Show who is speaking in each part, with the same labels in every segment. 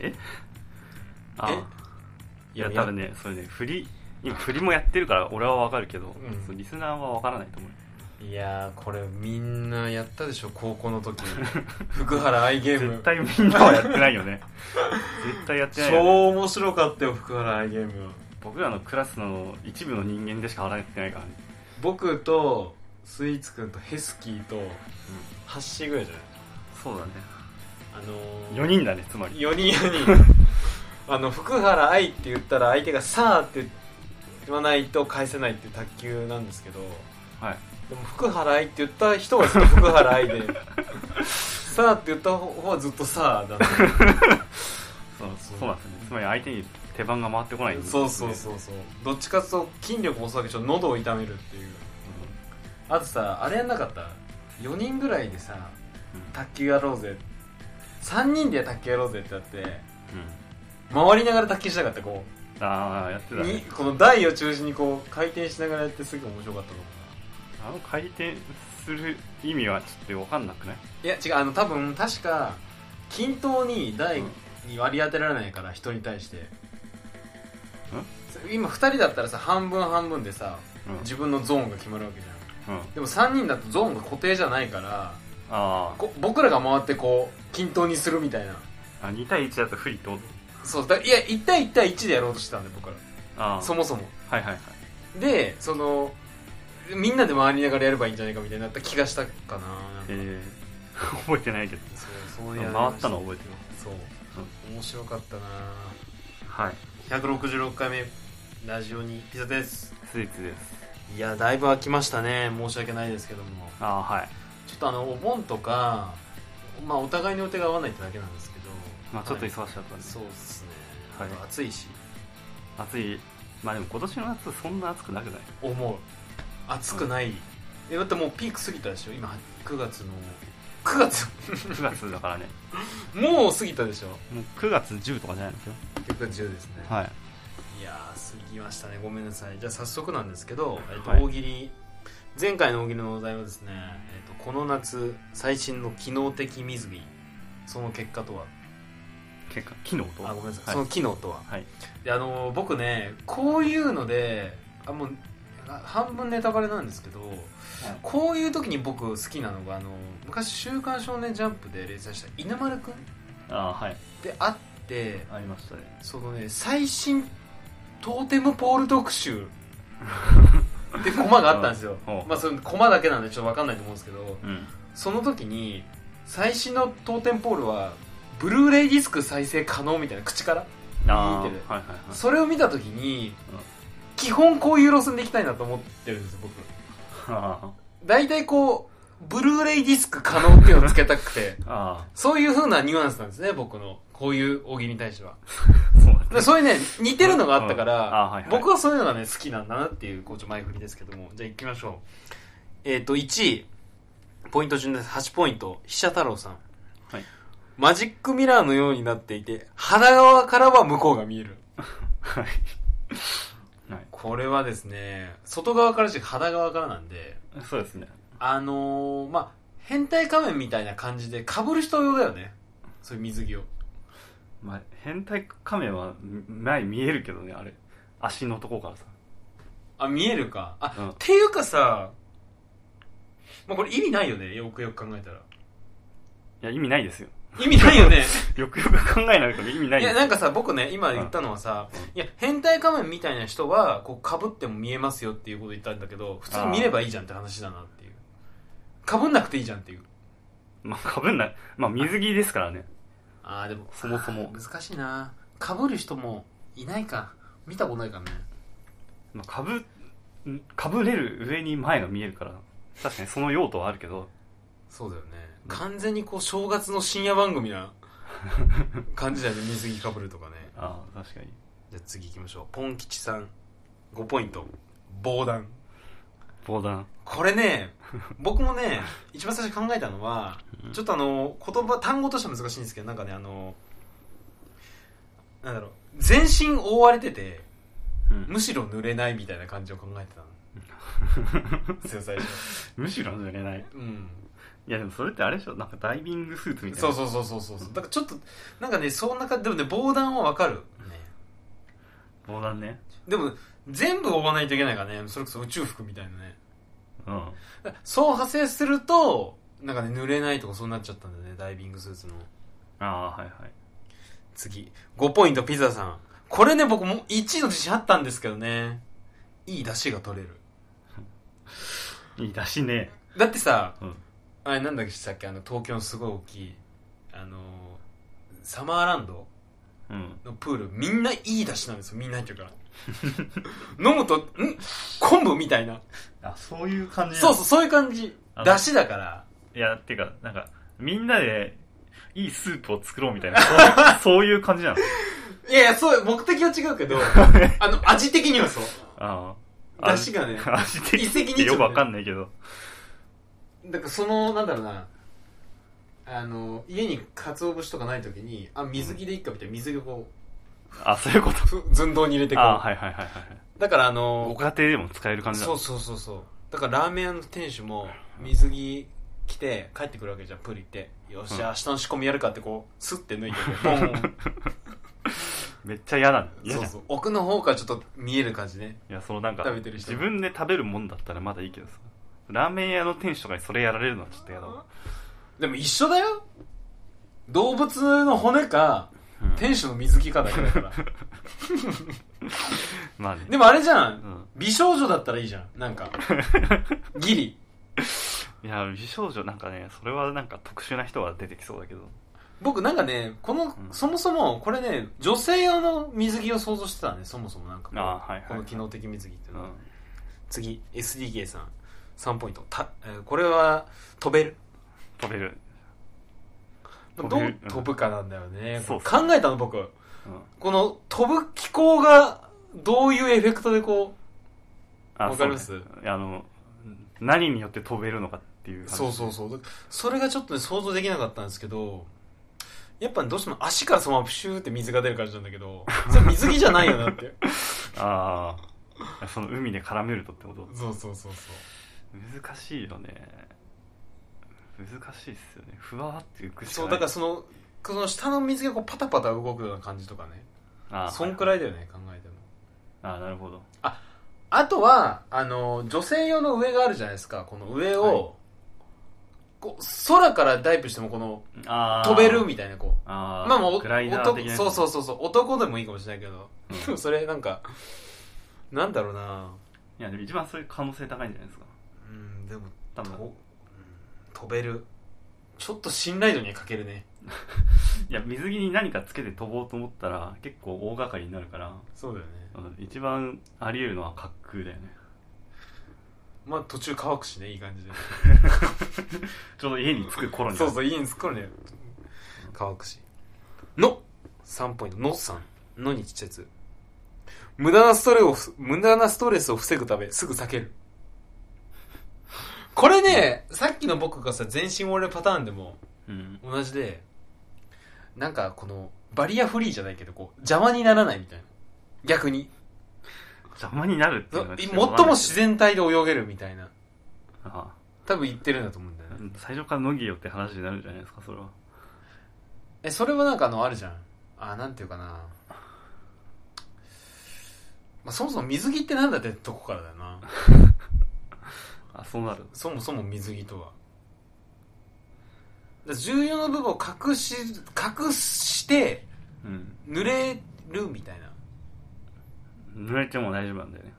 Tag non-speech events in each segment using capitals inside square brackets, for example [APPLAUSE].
Speaker 1: えあいや多分ねそれね振り今振りもやってるから俺はわかるけど、
Speaker 2: うん
Speaker 1: そうリスナーはわからないと思う
Speaker 2: いやーこれみんなやったでしょ高校の時 [LAUGHS] 福原アイゲーム
Speaker 1: 絶対みんなはやってないよ
Speaker 2: [LAUGHS]
Speaker 1: ね絶対やってないよ、ね、
Speaker 2: 超面白かったよ福原アイゲーム
Speaker 1: 僕らのクラスの一部の人間でしか笑ってないからね
Speaker 2: 僕とスイーツくんとヘスキーとハッシーぐらいじゃない
Speaker 1: そうだね
Speaker 2: あ
Speaker 1: 4
Speaker 2: のー、
Speaker 1: 人だねつまり
Speaker 2: 4人4人
Speaker 1: [LAUGHS]
Speaker 2: あの福原愛って言ったら相手が「さあ」って言わないと返せないっていう卓球なんですけど
Speaker 1: はい
Speaker 2: でも福原愛って言った人はずっと福原
Speaker 1: [LAUGHS]
Speaker 2: 愛で「さあ」って言った方はずっと「さあ」だった
Speaker 1: そう
Speaker 2: そう
Speaker 1: そうなんですよねつまり相手に手番が回ってこないんです
Speaker 2: そ
Speaker 1: よ
Speaker 2: う
Speaker 1: ね
Speaker 2: そうそうそうどっちかと筋力もそうだけど喉を痛めるっていうあとさあれやんなかった4人ぐらいでさ
Speaker 1: うん
Speaker 2: 卓球やろうぜ3人で卓球やろうぜってやって
Speaker 1: うん、うん
Speaker 2: 回りながら卓球しなかったこ
Speaker 1: ああやって
Speaker 2: う、
Speaker 1: た
Speaker 2: に
Speaker 1: ね
Speaker 2: この台を中心にこう回転しながらやってすぐ面白かったと思
Speaker 1: あの回転する意味はちょっと分かんなくないう
Speaker 2: ないや違うあの多分確か均等に台に割り当てられないから人に対して今2人だったらさ半分半分でさ
Speaker 1: うん、
Speaker 2: 自分のゾーンが決まるわけじゃん
Speaker 1: うん、
Speaker 2: でも3人だとゾーンが固定じゃないから
Speaker 1: あ
Speaker 2: こ僕らが回ってこう均等にするみたいな
Speaker 1: ーあ2対1だと不利ってこと
Speaker 2: そうだいや1対1対1でやろうとしてたんで僕ら
Speaker 1: ああ
Speaker 2: そもそも
Speaker 1: はいはいはい
Speaker 2: でそのみんなで回りながらやればいいんじゃないかみたいになった気がしたかななんか
Speaker 1: えー、 [LAUGHS] 覚えてないけど
Speaker 2: そうそう
Speaker 1: で
Speaker 2: や
Speaker 1: も
Speaker 2: りま
Speaker 1: 回
Speaker 2: し
Speaker 1: ったの覚えてる
Speaker 2: そう、面白かったな
Speaker 1: はい
Speaker 2: 166回目ラジオにピザです
Speaker 1: スイーツです
Speaker 2: いやだいぶ空きましたね申し訳ないですけども
Speaker 1: ああはい
Speaker 2: ちょっとあのお盆とかまあお互いの予定が合わないってだけなんですけど
Speaker 1: まあちょっと忙
Speaker 2: はい
Speaker 1: しかったんで、
Speaker 2: そうですね、
Speaker 1: はい
Speaker 2: あと暑いし
Speaker 1: 暑いまあでも今年の夏そんな暑く [LAUGHS] なくない
Speaker 2: 思う暑くない、えだってもうピーク過ぎたでしょ今9月の9月 [LAUGHS]
Speaker 1: 9月だからね
Speaker 2: もう過ぎたでしょ
Speaker 1: もう9月10とかじゃないんですよ
Speaker 2: 9月10ですね、
Speaker 1: はい
Speaker 2: い、やー過ぎましたねごめんなさいじゃあ早速なんですけど、えっと
Speaker 1: はい
Speaker 2: 大喜利前回の大喜利のお題はですね、えっとこの夏最新の機能的水着その結果とは
Speaker 1: 結果機能と
Speaker 2: あごめんなさい、
Speaker 1: はい
Speaker 2: その機能とは
Speaker 1: はい
Speaker 2: であの僕ねこういうのであもうあ半分ネタバレなんですけど、こういう時に僕好きなのがあの昔「週刊少年ジャンプ」で連載した犬丸くんっ
Speaker 1: ああはい
Speaker 2: てあって
Speaker 1: ありましたね
Speaker 2: そのね最新トーテムポール特集ってコマがあったんですよ
Speaker 1: [LAUGHS] ほうほう
Speaker 2: まあそのコマだけなんでちょっと分かんないと思うんですけど
Speaker 1: うん
Speaker 2: その時に最新のトーテムポールはブルーレイディスク再生可能みたいな口から
Speaker 1: ああー
Speaker 2: 見てる
Speaker 1: はいはいはい
Speaker 2: それを見た時に
Speaker 1: うん
Speaker 2: 基本こういう路線でいきたいなと思ってるんです僕
Speaker 1: あ
Speaker 2: 大体こうブルーレイディスク可能っていうのをつけたくて
Speaker 1: ーあ
Speaker 2: そういう風なニュアンスなんですね、僕の。こういう大喜利に対しては。
Speaker 1: ーそうなん
Speaker 2: でそういうね、似てるのがあったか
Speaker 1: うんあ
Speaker 2: ら、
Speaker 1: はいはい
Speaker 2: 僕はそういうのがね、好きなんだなっていう、こうちょっと前振りですけども。じゃあ行きましょう。えっ、と、1位。ポイント順です。8ポイント。筆者太郎さん。
Speaker 1: はい
Speaker 2: マジックミラーのようになっていて、鼻側からは向こうが見える。
Speaker 1: はいはい
Speaker 2: これはですね、外側からしか鼻側からなんで、
Speaker 1: そうですね
Speaker 2: あのー、まあ、変態仮面みたいな感じで、被る人用だよね。そういう水着を。
Speaker 1: まあ変態仮面は前見えるけどねあれ足のとこからさ
Speaker 2: あ、見えるか。あ、
Speaker 1: うん
Speaker 2: っていうかさ、まあ、これ意味ないよね。よくよく考えたら。
Speaker 1: いや意味ないですよ
Speaker 2: 意味ないよね。
Speaker 1: よくよく考えないと意 [LAUGHS] 味ないいで
Speaker 2: や、
Speaker 1: す
Speaker 2: なんかさ、僕ね、今言ったのはさ、いや、変態仮面みたいな人は、こう、被っても見えますよっていうこと言ったんだけど、普通見ればいいじゃんって話だなっていう。被んなくていいじゃんっていう。
Speaker 1: まあ、かぶんない。まあ、水着ですからね。
Speaker 2: あー、でも、
Speaker 1: そもそも
Speaker 2: あー [SIGHS] 難しいな被る人もいないか。見たことないからね。
Speaker 1: まあ、かぶ、かぶれる上に前が見えるから、確かにその用途はあるけど、
Speaker 2: そうだよね。
Speaker 1: うん
Speaker 2: 完全にこう、正月の深夜番組な感じだよね。水着被るとかね。
Speaker 1: ああ、確かに。
Speaker 2: じゃあ次行きましょう。ポン吉さん、5ポイント。防弾。
Speaker 1: 防弾。
Speaker 2: こ
Speaker 1: [LAUGHS]
Speaker 2: れね、僕もね、一番最初に考えたのは、ちょっとあの、言葉、単語としては難しいんですけど、なんかね、あの、なんだろう、全身覆われてて、
Speaker 1: うん
Speaker 2: むしろ濡れないみたいな感じを考えてたの
Speaker 1: [LAUGHS]
Speaker 2: 強最初
Speaker 1: むしろ濡れない
Speaker 2: うん
Speaker 1: いやでもそれってあれでしょなんかダイビングスーツみたいな
Speaker 2: そうそうそうそうそうだからちょっとなんかねそんな感じでもね防弾はわかる、ね、
Speaker 1: 防弾ね
Speaker 2: でも全部追わないといけないからねそれこそ宇宙服みたいなね
Speaker 1: うん
Speaker 2: だからそう派生するとなんかね濡れないとかそうなっちゃったんだよねダイビングスーツの
Speaker 1: ああはいはい
Speaker 2: 次5ポイントピザさんこれね僕も1位の自信あったんですけどねいい出汁が取れる
Speaker 1: いい出しね
Speaker 2: だってさ、
Speaker 1: うん
Speaker 2: あれなんだっけしたっけあの東京のすごい大きいあのーサマーランド
Speaker 1: うん
Speaker 2: のプールみんないい出汁なんですよみんな入ってるか
Speaker 1: [LAUGHS]
Speaker 2: ら飲むとん昆布みたいな
Speaker 1: あそういう感じな
Speaker 2: そ
Speaker 1: の
Speaker 2: うそうそういう感じ
Speaker 1: あの
Speaker 2: 出汁だから
Speaker 1: いやっていうかなんかみんなでいいスープを作ろうみたいなそうそういう感じなの
Speaker 2: いやいやそう目的は違う
Speaker 1: [LAUGHS]
Speaker 2: けどあの味的にはそう
Speaker 1: ああ
Speaker 2: 出汁がね
Speaker 1: [LAUGHS] 味的
Speaker 2: 一石二鳥
Speaker 1: によくわかんないけど
Speaker 2: だからそのなんだろうなあの家に鰹節とかない時にあ水着でいいかみたいな水着をこ
Speaker 1: あそういうこ
Speaker 2: うふ寸胴に入れて
Speaker 1: と
Speaker 2: こう、
Speaker 1: あはいはいはいはい
Speaker 2: だからあ
Speaker 1: ご
Speaker 2: の
Speaker 1: 家庭でも使える感じな
Speaker 2: そう
Speaker 1: の
Speaker 2: そうそうそうだからラーメン屋の店主も水着着て帰ってくるわけじゃんプール行ってよっしゃ、
Speaker 1: うん
Speaker 2: 明日の仕込みやるかってこうスッて脱いで
Speaker 1: [LAUGHS]
Speaker 2: ポ [LAUGHS] ン
Speaker 1: めっちゃ嫌なの嫌
Speaker 2: そ
Speaker 1: じゃ
Speaker 2: う
Speaker 1: ん
Speaker 2: そう奥の方からちょっと見える感じね
Speaker 1: いやそのなんか
Speaker 2: 食べてる人
Speaker 1: 自分で食べるもんだったらまだいいけどさラーメン屋の店主とかにそれやられるのはちょっと嫌だわ、
Speaker 2: でも一緒だよ動物の骨か
Speaker 1: うん
Speaker 2: 店主の水着かだけだから
Speaker 1: まあね
Speaker 2: でもあれじゃん
Speaker 1: [LAUGHS] うん
Speaker 2: 美少女だったらいいじゃんなん
Speaker 1: [LAUGHS]
Speaker 2: かギリ
Speaker 1: いや美少女なんかねそれはなんか特殊な人が出てきそうだけど
Speaker 2: 僕なんかねこの、
Speaker 1: ん
Speaker 2: そもそもこれね女性用の水着を想像してたねそもそもなんかこう
Speaker 1: あーはいはい
Speaker 2: この機能的水着っていう
Speaker 1: う
Speaker 2: のは、
Speaker 1: ん
Speaker 2: 次 SDK さん3ポイントた、えーこれは飛べる
Speaker 1: 飛べる、
Speaker 2: どう
Speaker 1: 飛べるうん
Speaker 2: 飛ぶかなんだよね
Speaker 1: そう
Speaker 2: これ考えたの僕
Speaker 1: うん、
Speaker 2: この飛ぶ機構がどういうエフェクトでこ
Speaker 1: あ
Speaker 2: わかります
Speaker 1: そうねいやあの何によって飛べるのかっていう
Speaker 2: う
Speaker 1: 話
Speaker 2: そうそうそうそれがちょっとね想像できなかったんですけどやっぱどうしても足からそのままプシューって水が出る感じなんだ
Speaker 1: [LAUGHS]
Speaker 2: けどそれ水着じゃないよなって
Speaker 1: ああその海で絡めるとってこと
Speaker 2: そうそうそうそう
Speaker 1: 難しいよね難しいっすよねふわーって浮くしか
Speaker 2: そ
Speaker 1: な
Speaker 2: う
Speaker 1: い
Speaker 2: だからそのその下の水がこうパタパタ動くような感じとかね
Speaker 1: あー
Speaker 2: そんくら
Speaker 1: い
Speaker 2: いだよね考えても
Speaker 1: あーなるほど
Speaker 2: あとは、あの、女性用の上があるじゃないですか。この上を、
Speaker 1: はい
Speaker 2: こう、空からダイブしても、この、
Speaker 1: ああ
Speaker 2: 飛べるみたいな、こう。
Speaker 1: ああ
Speaker 2: まあもう、
Speaker 1: グライダー的な
Speaker 2: 男そうそううそうそう、男でもいいかもしれないけど、
Speaker 1: うん
Speaker 2: それなんか、なんだろうない
Speaker 1: やでも一番そういう可能性高いんじゃないですか
Speaker 2: うん、でも、
Speaker 1: 多
Speaker 2: と
Speaker 1: 分
Speaker 2: うん飛べる。ちょっと信頼度には欠けるね。
Speaker 1: いや水着に何かつけて飛ぼうと思ったら結構大掛かりになるから、
Speaker 2: そうだよね。
Speaker 1: うん一番あり得るのは滑空だよね
Speaker 2: まあ途中乾くしね、いい感じで。
Speaker 1: ちょうど家に着く頃に
Speaker 2: そうそう、いいんです、これね。乾くし。の !3 ポイント。のさん。のにちっちゃいやつ。無駄なストレスをふ、無駄なストレスを防ぐため、すぐ避ける。これね、さっきの僕がさ、全身俺パターンでも
Speaker 1: うん、
Speaker 2: 同じで、なんかこの、バリアフリーじゃないけど、こう、邪魔にならないみたいな。逆に。
Speaker 1: 邪魔になるっていうの
Speaker 2: 最
Speaker 1: がちょっとわかんない
Speaker 2: も自然体で泳げるみたいな。
Speaker 1: あ
Speaker 2: 多分言ってるんだと思うんだよ
Speaker 1: あ
Speaker 2: ね。
Speaker 1: 最初から脱ぎよって話になるんじゃないですかそれは
Speaker 2: えそれはなんかあのあるじゃんあなんていうかな、まあ、そもそも水着ってなんだってとこからだよな
Speaker 1: あそうなる
Speaker 2: そもそも水着とはだから重要な部分を隠し隠して
Speaker 1: うん
Speaker 2: 濡れるみたいな
Speaker 1: 濡れても大丈夫なんだよね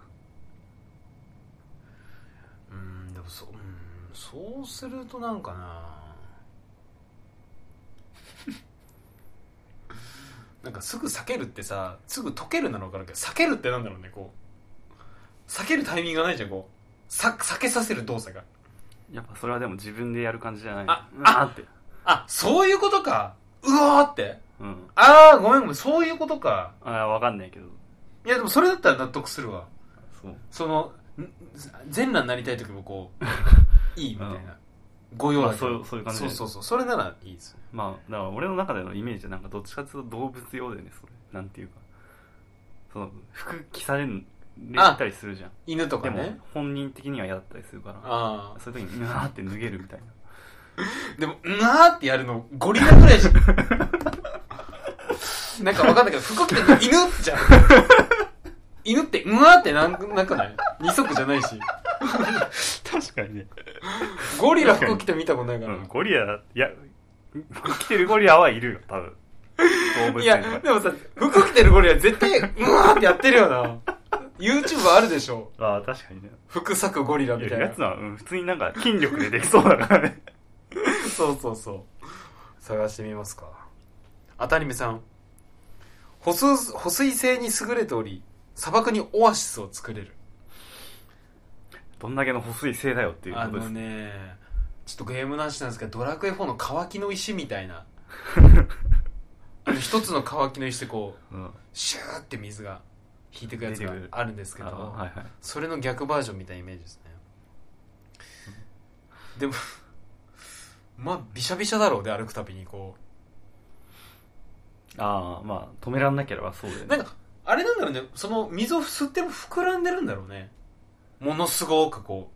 Speaker 2: うんでもそううんそうするとなんかな [LAUGHS] なんかすぐ避けるってさすぐ溶けるなら分かるけど避けるってなんだろうねこう避けるタイミングがないじゃんこうさ避けさせる動作が
Speaker 1: やっぱそれはでも自分でやる感じじゃない
Speaker 2: あ
Speaker 1: うわーって
Speaker 2: あそういうことかうわーって
Speaker 1: うん
Speaker 2: ああごめんごめんそういうことか
Speaker 1: ああわかんないけど
Speaker 2: いやでもそれだったら納得するわ
Speaker 1: そう
Speaker 2: そのん全裸になりたい時もこ
Speaker 1: [LAUGHS]
Speaker 2: ういいみたいな、ご用だけど
Speaker 1: まあそうそういう感じ
Speaker 2: そうそうそうそれならいいです
Speaker 1: まあだから俺の中でのイメージはなんかどっちかっていうと動物用だよねそれなんていうかその服着されるたりするじゃん
Speaker 2: 犬と
Speaker 1: で
Speaker 2: か
Speaker 1: も
Speaker 2: ね
Speaker 1: 本人的には嫌だったりするから
Speaker 2: ああ
Speaker 1: そういう時にうわーって脱げるみたい
Speaker 2: [LAUGHS]
Speaker 1: な
Speaker 2: でもうなーってやるのゴリラぐら
Speaker 1: [LAUGHS]
Speaker 2: いじゃんなんかわかんないけど服着てるの犬じゃん犬ってうわーってなんなくない二足じゃないし
Speaker 1: 確かにね、
Speaker 2: ゴリラ服着て見たことないから、
Speaker 1: うん、ゴリラいや [LAUGHS] 服着てるゴリラはいるよ多
Speaker 2: [LAUGHS]
Speaker 1: 分動物
Speaker 2: い
Speaker 1: 園と
Speaker 2: や、でもさ、服着てるゴリラ絶対、うわーってやってるよな。YouTube あるでしょ。
Speaker 1: かああ確かにね
Speaker 2: 服咲くゴリラみ
Speaker 1: い
Speaker 2: た
Speaker 1: や
Speaker 2: い
Speaker 1: や
Speaker 2: な。
Speaker 1: つは、うん、普通になんか筋力でできそうだからね
Speaker 2: [LAUGHS] そうそうそう。探してみますか。あたりめさん。保水、保水性に優れており、砂漠にオアシスを作れる。
Speaker 1: [LAUGHS] どんだけの細い性だよっていうこ
Speaker 2: あ
Speaker 1: とで
Speaker 2: の
Speaker 1: す、
Speaker 2: ね、ちょっとゲームなしなんですけど、ドラクエ4の乾きの石みたい [LAUGHS] な。あの一つの乾きの石でこう、
Speaker 1: うん、
Speaker 2: シューって水が引いてくやつ
Speaker 1: 出て
Speaker 2: が
Speaker 1: くる
Speaker 2: あるんですけ
Speaker 1: あ
Speaker 2: ど。
Speaker 1: はいはい
Speaker 2: それの逆バージョンみたいなイメージですねでも [LAUGHS] まあびしゃびしゃだろうで歩くたびにこ
Speaker 1: ああまあ止めらんなければそうだよ
Speaker 2: う
Speaker 1: ね
Speaker 2: なんかあれなんだろうねその水を吸っても膨らんでるんだろうねものすごくこ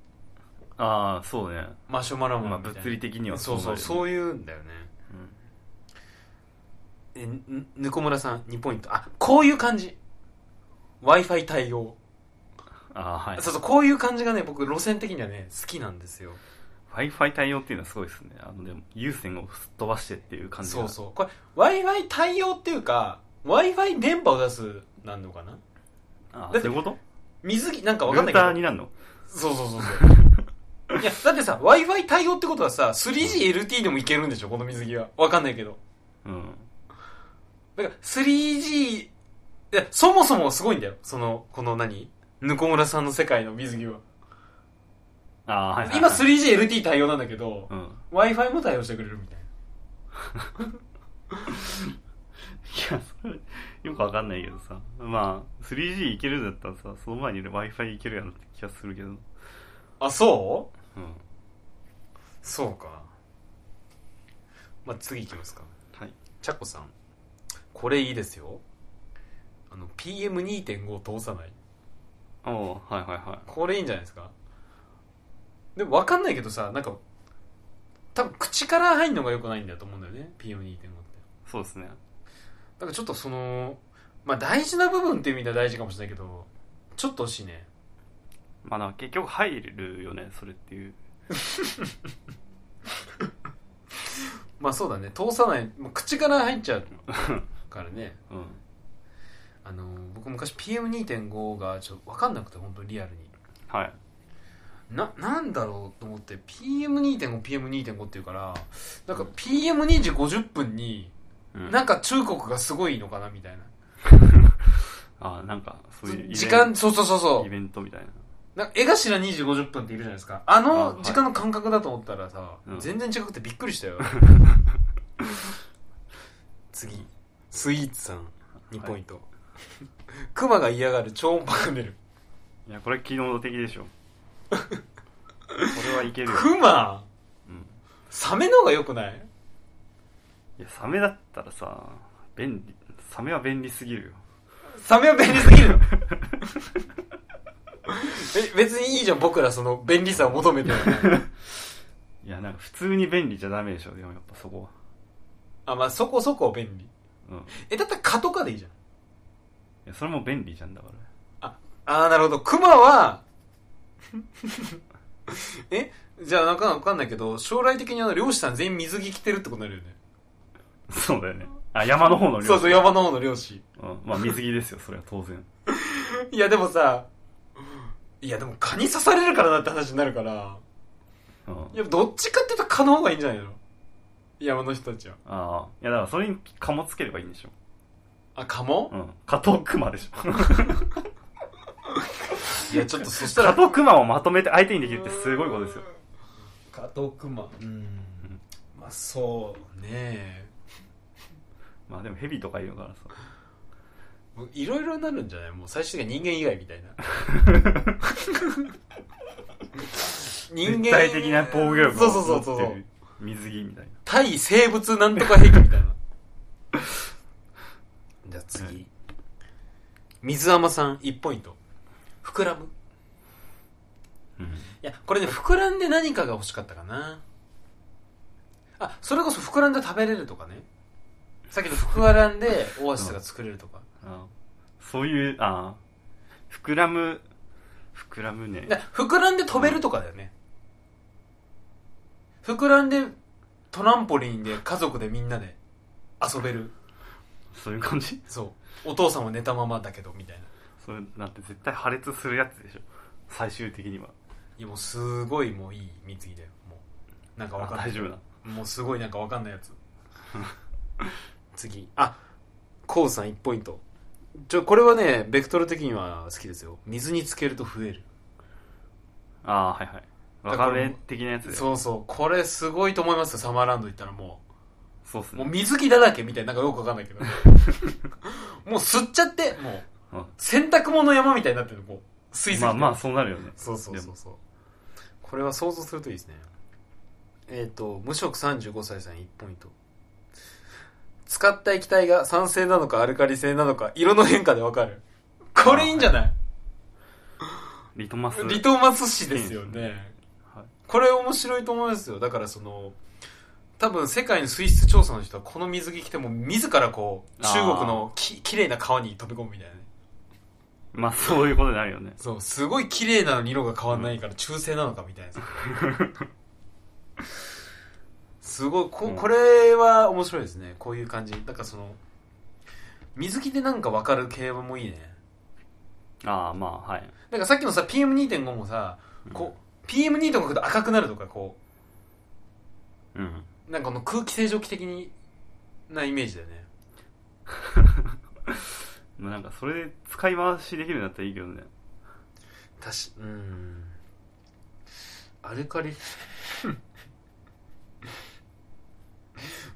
Speaker 1: ああそうね
Speaker 2: うマシュマロ
Speaker 1: ま
Speaker 2: マ
Speaker 1: あ
Speaker 2: ンみたいな、
Speaker 1: 物理的には
Speaker 2: そう
Speaker 1: う
Speaker 2: そう
Speaker 1: なるよね
Speaker 2: そういうんだよね
Speaker 1: うん
Speaker 2: えんぬこむらさん2ポイントあこういう感じ w i f i 対応、
Speaker 1: ああはい
Speaker 2: そうそうこういう感じがね僕路線的にはね好きなんですよ
Speaker 1: Wi-Fi 対応っていうのはすごいですね。あの、でも、有線をすっ飛ばしてっていう感じが
Speaker 2: そうそうこれ w i f i 対応っていうか w i f i 電波を出すなんのかな
Speaker 1: あ
Speaker 2: だ
Speaker 1: あ、
Speaker 2: って
Speaker 1: そういうこ
Speaker 2: 水着なんか
Speaker 1: と
Speaker 2: わ
Speaker 1: ル
Speaker 2: かんな
Speaker 1: ー
Speaker 2: い
Speaker 1: タ
Speaker 2: け
Speaker 1: ー
Speaker 2: ど
Speaker 1: になるの
Speaker 2: そうそうそうそういやだってさ w i f i 対応ってことはさ 3GLT でもいけるんでしょこの水着はわかんないけど
Speaker 1: うん。
Speaker 2: だから 3G いやそもそもすごいんだよそのこの何ぬこむらさんの世界の水着は
Speaker 1: ああ、はいはい、はい。
Speaker 2: 今 3GLT 対応なんだけど
Speaker 1: うん。い
Speaker 2: w i f i も対応してくれるみたい
Speaker 1: や、それ、よくわかんないけどさ。まあ、3G いけるんだったらさ、その前に Wi-Fi いけるやろって気がするけど。うん。
Speaker 2: なあそうそうかまあ次いきますか
Speaker 1: はい。
Speaker 2: ちゃこさんこれいいですよあの PM2.5 通さない
Speaker 1: おおはいはいは
Speaker 2: これいいんじゃないですかでも分かんないけどさなんか多分口から入んのが良くないんだと思うんだよね PM2.5 っ
Speaker 1: い。
Speaker 2: て
Speaker 1: そうですね。
Speaker 2: だからちょっとそのまあ大事な部分っていう意味では大事かもしれないけどちょっと惜しいね
Speaker 1: まあ、なんか結局入るよね、それっていう。
Speaker 2: まあそうだね通さないもう口から入っちゃうからね
Speaker 1: うん。
Speaker 2: あの僕昔 PM2.5 がちょっと分かんなくて本当にリアルに
Speaker 1: はい。
Speaker 2: ななんだろうと思って PM2.5PM2.5 っていうからなんか PM2 時50分に
Speaker 1: うん、
Speaker 2: なんか中国がすごいのかなみたいな
Speaker 1: ああ、なんか、そういうイベント。
Speaker 2: 時間、そうそうそうそ
Speaker 1: イベントみたいな。
Speaker 2: う。なんか、江頭2時50分っているじゃないですか。あ
Speaker 1: あは
Speaker 2: の
Speaker 1: い
Speaker 2: 時間の感覚だと思ったらさ、
Speaker 1: うん
Speaker 2: 全然違くてびっくり [LAUGHS] したよ。次。スイーツさん、2ポイント。クマが嫌がる超音波くねる。
Speaker 1: いや、これ機能的で
Speaker 2: [LAUGHS]
Speaker 1: しょ。これはいけるよ。
Speaker 2: クマ
Speaker 1: うん。
Speaker 2: サメの方が良くない
Speaker 1: いや、サメだったらさ、便利、サメは便利すぎるよ。
Speaker 2: サメは便利すぎるの [LAUGHS] え別にいいじゃん、僕らその便利さを求めて。
Speaker 1: い
Speaker 2: [LAUGHS]
Speaker 1: や、なんか普通に便利じゃダメでしょ、でもやっぱそこは。
Speaker 2: あ、まあそこそこ便利。
Speaker 1: うん。い
Speaker 2: え、だったら蚊とかでいいじゃん。
Speaker 1: や、それも便利じゃんだから。
Speaker 2: ああ、なるほど。熊は、えじゃあ、なんかわかんないけど、将来的にあの、漁師さん全員水着着てるってことになるよね。
Speaker 1: そうだよね。あ、山の方の量。
Speaker 2: そうそう、山の方の漁師。
Speaker 1: うん。まあ水着ですよ、それは当然。
Speaker 2: いや、でもさ、いや、でも蚊に刺されるからなって話になるから、
Speaker 1: うん。
Speaker 2: いや、どっちかって言ったら蚊の方がいいんじゃないの山の人たちは。
Speaker 1: ああ。いや、だからそれに蚊もつければいいんでしょ。
Speaker 2: あ、蚊も
Speaker 1: うん。蚊と熊でしょ。
Speaker 2: [LAUGHS] いや、ちょっとそした
Speaker 1: 蚊
Speaker 2: ら、
Speaker 1: と熊をまとめて相手にできるってすごいことですよ。
Speaker 2: 蚊と熊。うん。まあ、そうね
Speaker 1: まあでもヘビとかいるからさ。
Speaker 2: もういろいろなるんじゃないもう最終的には人間以外みたいな [LAUGHS] 人間
Speaker 1: 絶対的な防御力を持って
Speaker 2: そう
Speaker 1: る
Speaker 2: そうそうそう
Speaker 1: 水着みたいな。
Speaker 2: 対生物 [LAUGHS] なんとか兵器みたいなじゃあ次水甘さん1ポイント膨らむ
Speaker 1: うん
Speaker 2: いやこれね膨らんで何かが欲しかったかなあそれこそ膨らんで食べれるとかねさっきの膨らんでオアシスが作れるとか
Speaker 1: あそういうあ膨らむ膨らむね
Speaker 2: いや膨らんで飛べるとかだよね膨らんでトランポリンで家族でみんなで遊べる
Speaker 1: そういう感じ
Speaker 2: そうお父さんは寝たままだけどみたいな
Speaker 1: それなんて絶対破裂するやつでしょ最終的にはい
Speaker 2: やもうすごいもういい貢ぎだよもうなんかわかんな
Speaker 1: 大
Speaker 2: い
Speaker 1: 丈夫だ
Speaker 2: もうすごいなんかわかんないやつ [LAUGHS] 次あコウさん1ポイントちょこれはねベクトル的には好きですよ水につけると増える
Speaker 1: ああーはいはい
Speaker 2: だ
Speaker 1: わ
Speaker 2: から
Speaker 1: かめ的なやつでそう
Speaker 2: そうそうこれすごいと思いますよサマーランド行ったらも
Speaker 1: そうっす
Speaker 2: うもう
Speaker 1: ね
Speaker 2: 水着だらけみたいななんかよくわかん [LAUGHS] ないけどもう吸っちゃってもう
Speaker 1: うん
Speaker 2: 洗濯物山みたいになってるのこう水石
Speaker 1: まあまあそうなるよね
Speaker 2: そうそう
Speaker 1: で
Speaker 2: そう
Speaker 1: も
Speaker 2: そうこれは想像するといいですねえっ、と無職35歳さん1ポイント使った液体が酸性なのかアルカリ性なのか色の変化でわかるこれいいんじゃない
Speaker 1: リトマス
Speaker 2: リトマス紙ですよね
Speaker 1: はい
Speaker 2: これ面白いと思いますよだからその多分世界の水質調査の人はこの水着着ても自らこう中国のき綺麗な川に飛び込むみたいなね
Speaker 1: まあそういうことになるよね
Speaker 2: そう、すごい綺麗なのに色が変わんないから中性なのかみたいな。 [LAUGHS] すごい、こ、
Speaker 1: うん
Speaker 2: これは面白いですね。こういう感じ。だからその、水着でなんかわかる系もいいね。
Speaker 1: ああまあはい
Speaker 2: なんかさっきのさ、PM2.5 もさ、こう、PM2.5 が赤くなるとか、こ
Speaker 1: うん
Speaker 2: う、なんかこの空気清浄機的になイメージだよね。
Speaker 1: まあなんかそれで使い回しできるんだったらいいけどね
Speaker 2: たし、うーん。アルカリ。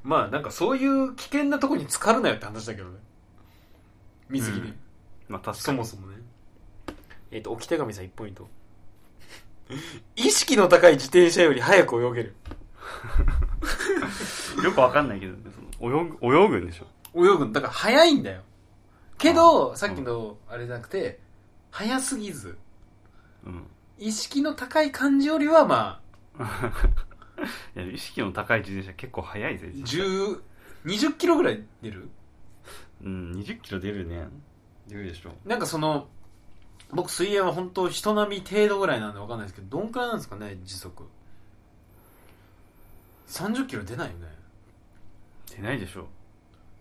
Speaker 2: まあなんかそういう危険なとこに浸かるなよって話だけどね。水着に、
Speaker 1: うんまあ確か
Speaker 2: そ
Speaker 1: に
Speaker 2: もそもね。えっ、と、置き手紙さん1ポイント。 [LAUGHS] 意識の高い自転車より早く泳げる。
Speaker 1: よくわかんないけどねその泳ぐ泳ぐんでしょ
Speaker 2: 泳ぐの。だから早いんだよ。けど、さっきのあれじゃなくて、早すぎず、
Speaker 1: うん [LAUGHS]
Speaker 2: 意識の高い感じよりはまあ、
Speaker 1: いや意識の高い自転車結構速いぜ実際
Speaker 2: 10、20キロぐらい出る
Speaker 1: うん20キロ出るね出るでしょ
Speaker 2: なんかその僕水泳は本当人並み程度ぐらいなんでわかんないですけどどんくらいなんですかね時速30キロ出ないよね
Speaker 1: 出ないでしょ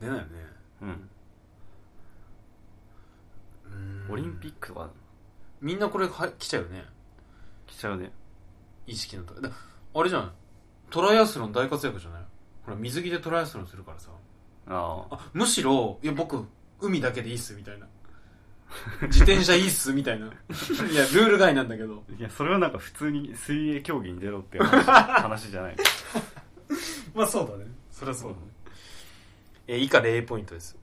Speaker 2: 出ないよね
Speaker 1: うん
Speaker 2: うーん
Speaker 1: オリンピックは
Speaker 2: みんなこれは来ちゃうよね
Speaker 1: 来ちゃうね
Speaker 2: 意識のとだあれじゃんトライアスロン大活躍じゃないほら水着でトライアスロンするからさ
Speaker 1: ああ
Speaker 2: あむしろいや僕海だけでいいっすみたいな自転車いいっすみたいないやルール外なんだけど
Speaker 1: いやそれはなんか普通に水泳競技に出ろっていう話話じ [LAUGHS] ゃない
Speaker 2: まあそうだねそりゃそうだね、えー以下0ポイントです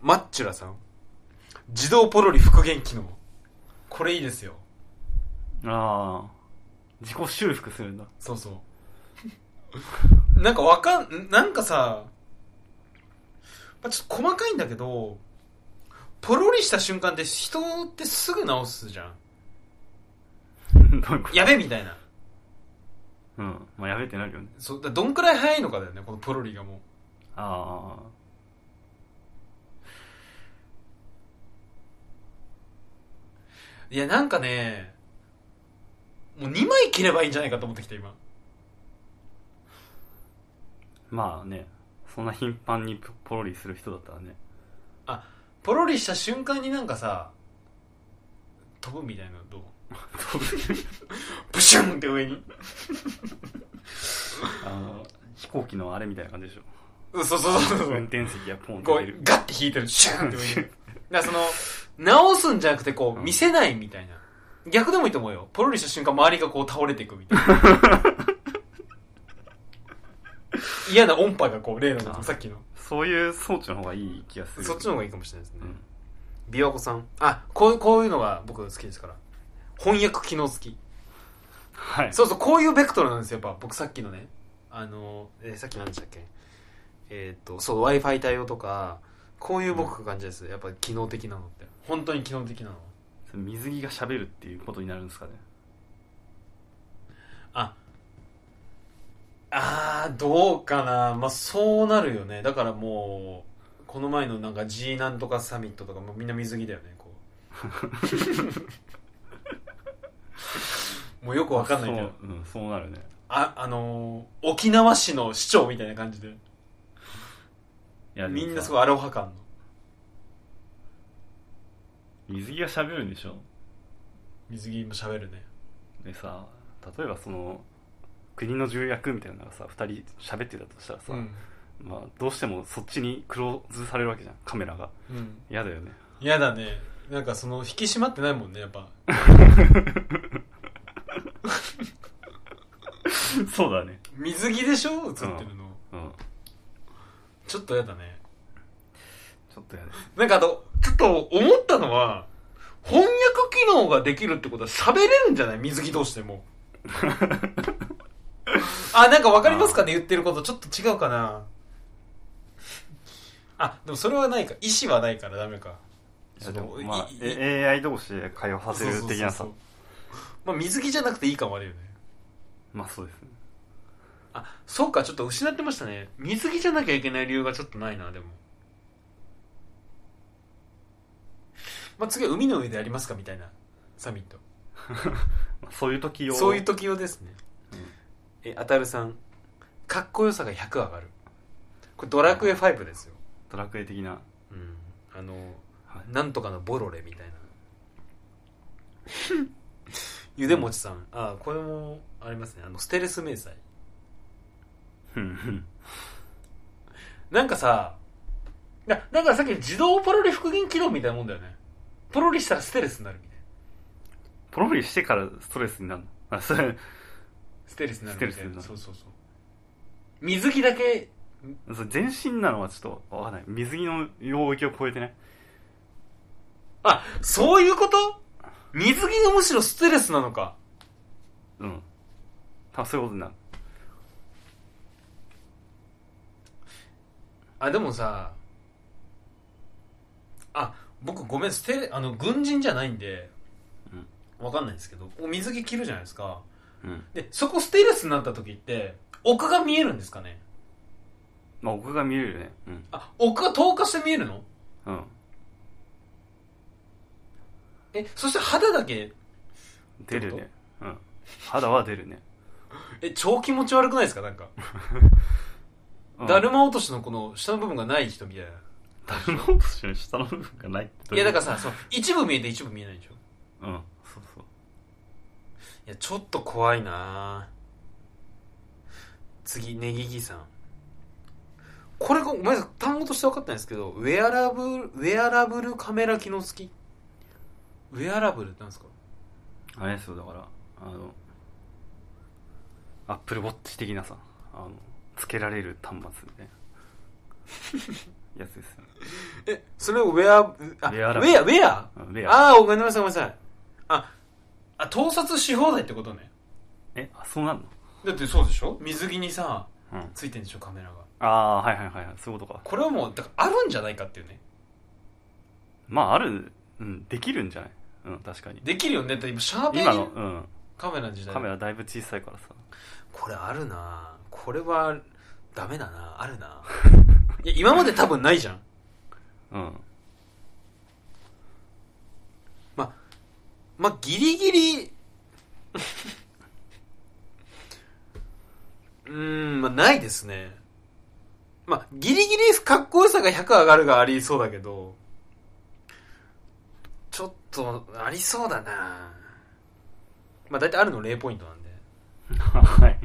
Speaker 2: マッチュラさん自動ポロリ復元機能これいいですよ
Speaker 1: ああ自己修復する [LAUGHS] んだ
Speaker 2: そうそう [LAUGHS] なんかわかんなんかさ、まあ、ちょっと細かいんだけどポロリした瞬間って人ってすぐ直すじゃん
Speaker 1: どういうこと
Speaker 2: やべみたいな
Speaker 1: うんまあやべってなるよね
Speaker 2: そうだどんくらい早いのかだよねこのポロリがもう
Speaker 1: ああ
Speaker 2: いや、なんかね、もう2枚切ればいいんじゃないかと思ってきた、今。
Speaker 1: まあねそんな頻繁にポポロリする人だったらね
Speaker 2: ポロリした瞬間になんかさ、飛ぶみたいなのどう [LAUGHS] ブシュンって上に。
Speaker 1: あの飛行機のあれみたいな感じでしょ
Speaker 2: うんそうそうそうそ
Speaker 1: 運
Speaker 2: う。
Speaker 1: 転席がポンって
Speaker 2: こ
Speaker 1: 出
Speaker 2: う
Speaker 1: る、
Speaker 2: ガッて引いてる。シュンって上に。だからその、直すんじゃなくてこう、
Speaker 1: うん
Speaker 2: 見せないみたいな。逆でもいいと思うよ。ポロリした瞬間周りがこう倒れていくみたいな。 [LAUGHS] 嫌な音波がこう、例の
Speaker 1: あ
Speaker 2: さっきの。
Speaker 1: そういう装置の方がいい気がする
Speaker 2: そっちの方がいいかもしれないですね。
Speaker 1: うん
Speaker 2: 琵琶湖さんあこうこういうのが僕好きですから翻訳機能好き
Speaker 1: はい
Speaker 2: そうそうこういうベクトルなんですよやっぱ僕さっきのねあの、えーさっき何でしたっけえーっとそう w i f i 対応とかこういう僕感じですやっぱ機能的なのって本当に機能的なの
Speaker 1: それ水着が喋るっていうことになるんですかね
Speaker 2: ああーどうかなまあそうなるよねだからもうこの前のなんか G なんとかサミットとかもうみんな水着だよねこ
Speaker 1: [LAUGHS]
Speaker 2: うもうよくわかんないけど
Speaker 1: そう,、うん、そうなるね
Speaker 2: ああのー沖縄市の市長みたいな感じで
Speaker 1: いやでも
Speaker 2: み
Speaker 1: さ
Speaker 2: んなすごいアロハ感の
Speaker 1: 水着が喋るんでしょ
Speaker 2: 水着も喋るね
Speaker 1: でさ例えばその国の重役みたいなのがさ2人喋ってたとしたらさ、
Speaker 2: うん
Speaker 1: まあ、どうしてもそっちにクローズされるわけじゃんカメラが
Speaker 2: うん
Speaker 1: 嫌だよね
Speaker 2: 嫌だねなんかその引き締まってないもんねやっぱ
Speaker 1: [LAUGHS] そうだね
Speaker 2: 水着でしょ映ってるの、
Speaker 1: うん
Speaker 2: ちょっと嫌だね
Speaker 1: ちょっと嫌です
Speaker 2: なんかあとちょっと思ったのは翻訳機能ができるってことは喋れるんじゃない水着同士でもあなんかわかりますかね言ってることちょっと違うかなあでもそれはないか意思はないからダメか
Speaker 1: いやでも
Speaker 2: その
Speaker 1: まあ
Speaker 2: いい
Speaker 1: え AI 同士で会話させる的な
Speaker 2: そ
Speaker 1: さ
Speaker 2: うそうそうそうまあ水着じゃなくていい感はあるよね
Speaker 1: まあそうですね
Speaker 2: あそうかちょっと失ってましたね水着じゃなきゃいけない理由がちょっとないなでもまあ次は海の上でやりますかみたいなサミット
Speaker 1: まあそういう時を
Speaker 2: そういう時用ですね、
Speaker 1: うん
Speaker 2: えあたるさんかっこよさが100上がるこれドラクエ5ですよ、
Speaker 1: ドラクエ的な、
Speaker 2: うん、あの
Speaker 1: はい
Speaker 2: なんとかのボロレみたいな [LAUGHS] ゆでもちさんあこれもありますねあのステレス迷彩
Speaker 1: うんうん
Speaker 2: なんかさ、な、なんかさっきの自動ポロリ復元機能みたいなもんだよね。ポロリしたらステレスになるみたいな。
Speaker 1: ポロリしてからストレスになるのあそれ
Speaker 2: ステレスになるみた
Speaker 1: ス
Speaker 2: いな。
Speaker 1: テ
Speaker 2: そ
Speaker 1: レ
Speaker 2: うそうそう。水着だけ、
Speaker 1: それ全身なのはちょっとわかんない水着の領域を超えてね
Speaker 2: あ、そういうこと水着がむしろステレスなのか。
Speaker 1: うん多分そういうことになる
Speaker 2: あ、でもさ、あ、僕ごめん、ステレ、あの、軍人じゃないんで、わかんないんですけど、お水着着るじゃないですか。
Speaker 1: うん
Speaker 2: で、そこステレスになった時って、奥が見えるんですかね
Speaker 1: まあ奥が見えるよねうん
Speaker 2: あ、奥が透過して見えるの
Speaker 1: うん
Speaker 2: え、そして肌だけ
Speaker 1: 出るねうん肌は出るね、
Speaker 2: え超気持ち悪くないですかなんか、
Speaker 1: うん、
Speaker 2: だるま落としのこの下の部分がない人みたいな
Speaker 1: だるま落としの下の部分がないって
Speaker 2: いやだかららさそう一部見えて一部見えないでしょ
Speaker 1: らうんそうそう
Speaker 2: いやちょっと怖いな次ネギギさんこれごめんなさい単語として分かったんですけどウェアラブルウェアラブルカメラ機能付きウェアラブルってなんですか
Speaker 1: あれですよだからあのアップルウォッチ的なさあのつけられる端末み
Speaker 2: [LAUGHS]
Speaker 1: たいなやつですよね
Speaker 2: えそれをウェアあ
Speaker 1: ウェアラブ
Speaker 2: ウ
Speaker 1: ル
Speaker 2: ェアウェア
Speaker 1: うんレア
Speaker 2: ああごめんなさいごめんなさいああ盗撮し放題ってことね
Speaker 1: えあそうなんの
Speaker 2: だってそうでしょ水着にさ
Speaker 1: うん
Speaker 2: ついてんでしょカメラが
Speaker 1: ああはいはいはいはいそういうことか
Speaker 2: これはもうだからあるんじゃないかっていうね
Speaker 1: まああるうんできるんじゃないうん確かに
Speaker 2: できるよねだって今シャーペ
Speaker 1: 今の
Speaker 2: ン
Speaker 1: うん
Speaker 2: カメラの時代
Speaker 1: カメラだいぶ小さいからさ
Speaker 2: これあるなこれはダメだなあ
Speaker 1: [LAUGHS]
Speaker 2: るないや今まで多分ないじゃん [LAUGHS]
Speaker 1: うん
Speaker 2: まあギリギリ [LAUGHS] うーんまあないですねまあギリギリかっこよさが100上がるがありそうだけどちょっとありそうだなまあ大体あるの0ポイントなんで
Speaker 1: はい
Speaker 2: はい、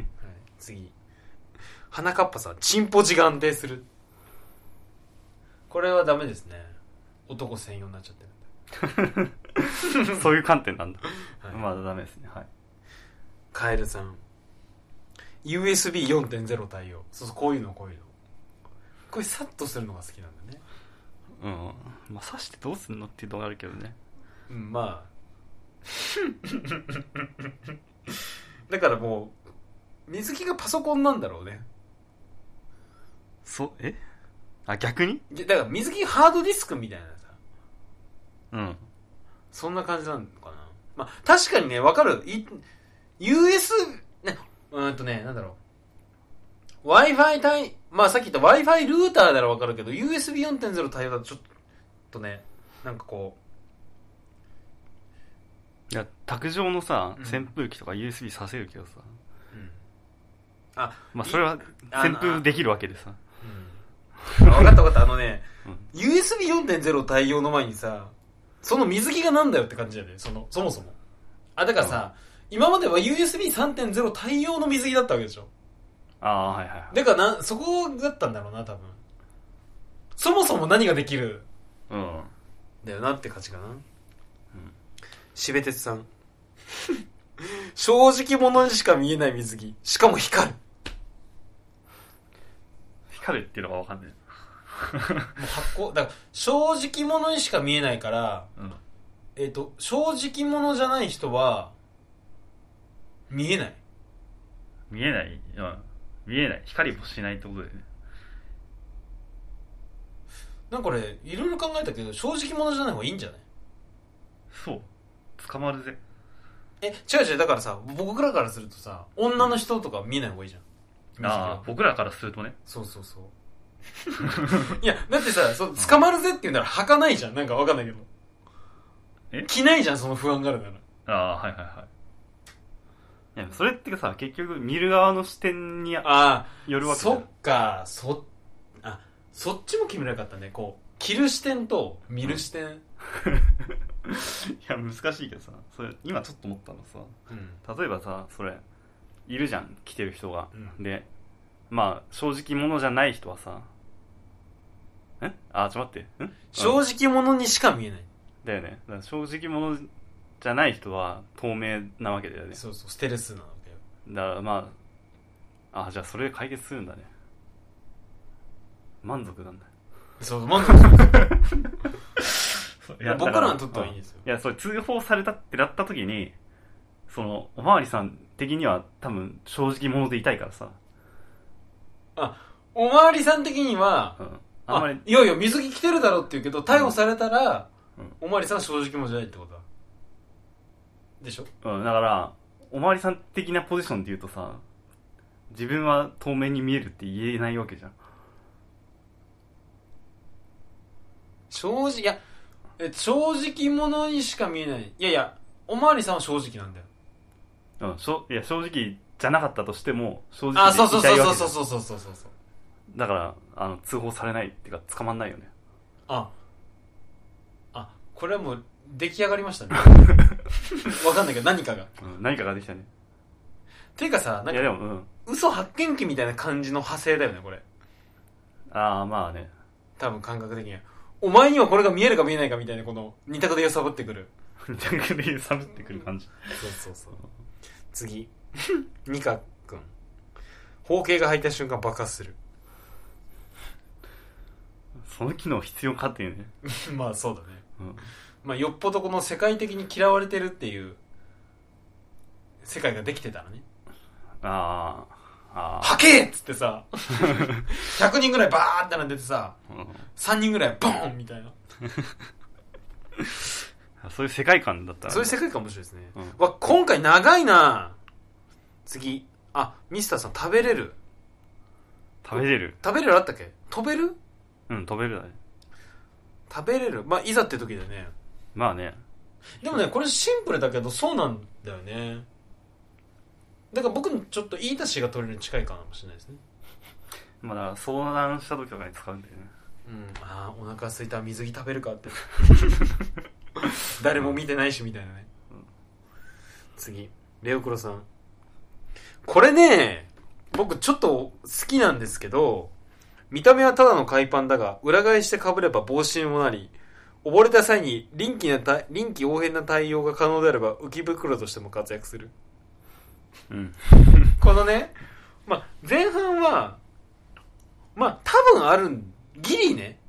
Speaker 2: 次。花かっぱさん、チンポジが安定する。これはダメですね。男専用になっちゃってるん
Speaker 1: そういう観点なんだ
Speaker 2: で。はい
Speaker 1: まあダメですねはい
Speaker 2: カエルさん。USB4.0 対応。そうそう、こういうの、こういうの。これ、サッとするのが好きなんだね。
Speaker 1: うんまあ刺してどうすんのっていうのがあるけどね
Speaker 2: うん、ま [LAUGHS] あ。だからもう、水木がパソコンなんだろうね。
Speaker 1: そうえあ、逆に
Speaker 2: でだから水着ハードディスクみたいなさ
Speaker 1: うん。
Speaker 2: そんな感じなのかなまあ確かにねわかるい US ねうーんとねなんだろう Wi-Fi 対まあさっき言った Wi-Fi ルーターならわかるけど USB4.0 対応だとちょっとねなんかこ
Speaker 1: いや、卓上のさ、
Speaker 2: うん
Speaker 1: 扇風機とか USB させるけどさ、
Speaker 2: う、うん、あ
Speaker 1: まあそれは
Speaker 2: あ
Speaker 1: 扇
Speaker 2: の
Speaker 1: 風できるわけでさ。
Speaker 2: うんあ分かった分かったあのね、
Speaker 1: うん
Speaker 2: USB4.0 対応の前にさその水着がなんだよって感じだよねそのそもそもあだからさ、今までは USB3.0 対応の水着だったわけでしょ
Speaker 1: ああ、はいはいはい。
Speaker 2: だからなそこだったんだろうな多分そもそも何ができる
Speaker 1: うん。
Speaker 2: だよなって感じかなしべてつさん正直者にしか見えない水着しかも光る
Speaker 1: 光るっていうのがわかんない。
Speaker 2: もう発光だから正直者にしか見えないから
Speaker 1: うん。
Speaker 2: えっ、と、正直者じゃない人は、見えない。
Speaker 1: 見えない、うん。見えない。光もしないってことだよね。
Speaker 2: なんかこれ、いろいろ考えたけど、正直者じゃない方がいいんじゃない
Speaker 1: そう。捕まるぜ。
Speaker 2: え、違う違う、だからさ、僕らからするとさ、女の人とか見えない方がいいじゃん。
Speaker 1: ああ、僕らからするとね。
Speaker 2: そうそうそう。 [LAUGHS] いや、だってさ、そ捕まるぜって言うなら履かないじゃん。なんかわかんないけど。
Speaker 1: え
Speaker 2: 着ないじゃん、その不安があるなら。
Speaker 1: ああ、はいはいはい。いや、それってさ、結局見る側の視点によ
Speaker 2: あ
Speaker 1: る
Speaker 2: あ、
Speaker 1: わけじゃ
Speaker 2: そ
Speaker 1: ん
Speaker 2: っか、そ、あ、そっちも決めなかったね。こう、着る視点と見る視点。
Speaker 1: いや、難しいけどさ、それ、今ちょっと思ったのさ、
Speaker 2: うん
Speaker 1: 例えばさそれいるじゃん来てる人が、
Speaker 2: うん
Speaker 1: でまあ正直者じゃない人はさえあちょっと待ってん
Speaker 2: 正
Speaker 1: あ
Speaker 2: 直者にしか見えない。
Speaker 1: だよねだから正直者じゃない人は透明なわけだよね
Speaker 2: そうそう、ステルスなわけよ。
Speaker 1: だからまああじゃあそれで解決するんだね満足なんだ
Speaker 2: そう、満足するい
Speaker 1: い
Speaker 2: や
Speaker 1: や
Speaker 2: 僕
Speaker 1: だ
Speaker 2: らにとってはいいんですよ
Speaker 1: うんいやそれ通報されたってなった時にそのおまわりさん的には多分正直者でいたいからさ、
Speaker 2: おまわりさん的には
Speaker 1: う、ん、
Speaker 2: あ
Speaker 1: あんまり
Speaker 2: いやいや、水着着てるだろうって言うけど、逮捕されたら、
Speaker 1: うん
Speaker 2: おまわりさんは正直者じゃないってことだ。でしょ
Speaker 1: うん、だから、おまわりさん的なポジションで言うとさ、自分は透明に見えるって言えないわけじゃん。
Speaker 2: 正直、いや、え正直者にしか見えない。いやいや、おまわりさんは正直なんだよ。
Speaker 1: うん、しょいや正直じゃなかったとしても、正直
Speaker 2: あ、
Speaker 1: で
Speaker 2: そう
Speaker 1: い
Speaker 2: そう
Speaker 1: た
Speaker 2: そう
Speaker 1: いわ
Speaker 2: そう
Speaker 1: けじ
Speaker 2: そ
Speaker 1: ゃ
Speaker 2: うんそうそうそうそう。
Speaker 1: だから、あの、通報されないっていうか、捕まんないよね。
Speaker 2: あ、あ、これはもう出来上がりました
Speaker 1: [LAUGHS]
Speaker 2: ね。わかんないけど、何かが。
Speaker 1: うん、何かができたね。
Speaker 2: ていうかさ、ないん
Speaker 1: や、
Speaker 2: か
Speaker 1: でも、うん。
Speaker 2: 嘘発見器みたいな感じの派生だよね、これ。
Speaker 1: ああ、まあね。 [LAUGHS]
Speaker 2: 多分感覚的にはお前にはこれが見えるか見えないかみたいなこの二択で揺さぶってくる
Speaker 1: 逆に揺さぶってくる感じ。
Speaker 2: そうそうそう次 [LAUGHS] ニカ君包茎が入った瞬間爆発する
Speaker 1: その機能必要かっていうね。
Speaker 2: [LAUGHS] まあそうだね、
Speaker 1: うん
Speaker 2: まあ、よっぽどこの世界的に嫌われてるっていう世界ができてたらね
Speaker 1: ああ、
Speaker 2: 「
Speaker 1: ああ。
Speaker 2: はけ!」っつって [LAUGHS] さ100人ぐらいバーってなっててさ
Speaker 1: うん
Speaker 2: 3人ぐらいボーンみたいな
Speaker 1: そういう世界観だったら
Speaker 2: そう
Speaker 1: ね、
Speaker 2: いう世界観面白いですね、
Speaker 1: うん
Speaker 2: わ今回長いな次あミスターさん食べれる
Speaker 1: 食べれる。
Speaker 2: 食べれるあったっけ飛べる
Speaker 1: うん、飛べるだね。
Speaker 2: 食べれるまあいざって時だよね
Speaker 1: まあね。
Speaker 2: でもねこれシンプルだけどそうなんだよねだから僕のちょっと言い出しが取れるに近いかもしれないですね
Speaker 1: まあだから、相談した時とかに使うんだよね。
Speaker 2: うんああお腹すいた水着食べるかって [LAUGHS] 誰も見てないしみたいなね、
Speaker 1: ん
Speaker 2: 次レオクロさんこれね僕ちょっと好きなんですけど見た目はただの海パンだが裏返してかぶれば帽子にもなり溺れた際に臨機なた臨機応変な対応が可能であれば浮き袋としても活躍する
Speaker 1: うん。
Speaker 2: このね、まあ、前半は、まあ、多分あるん、ギリね、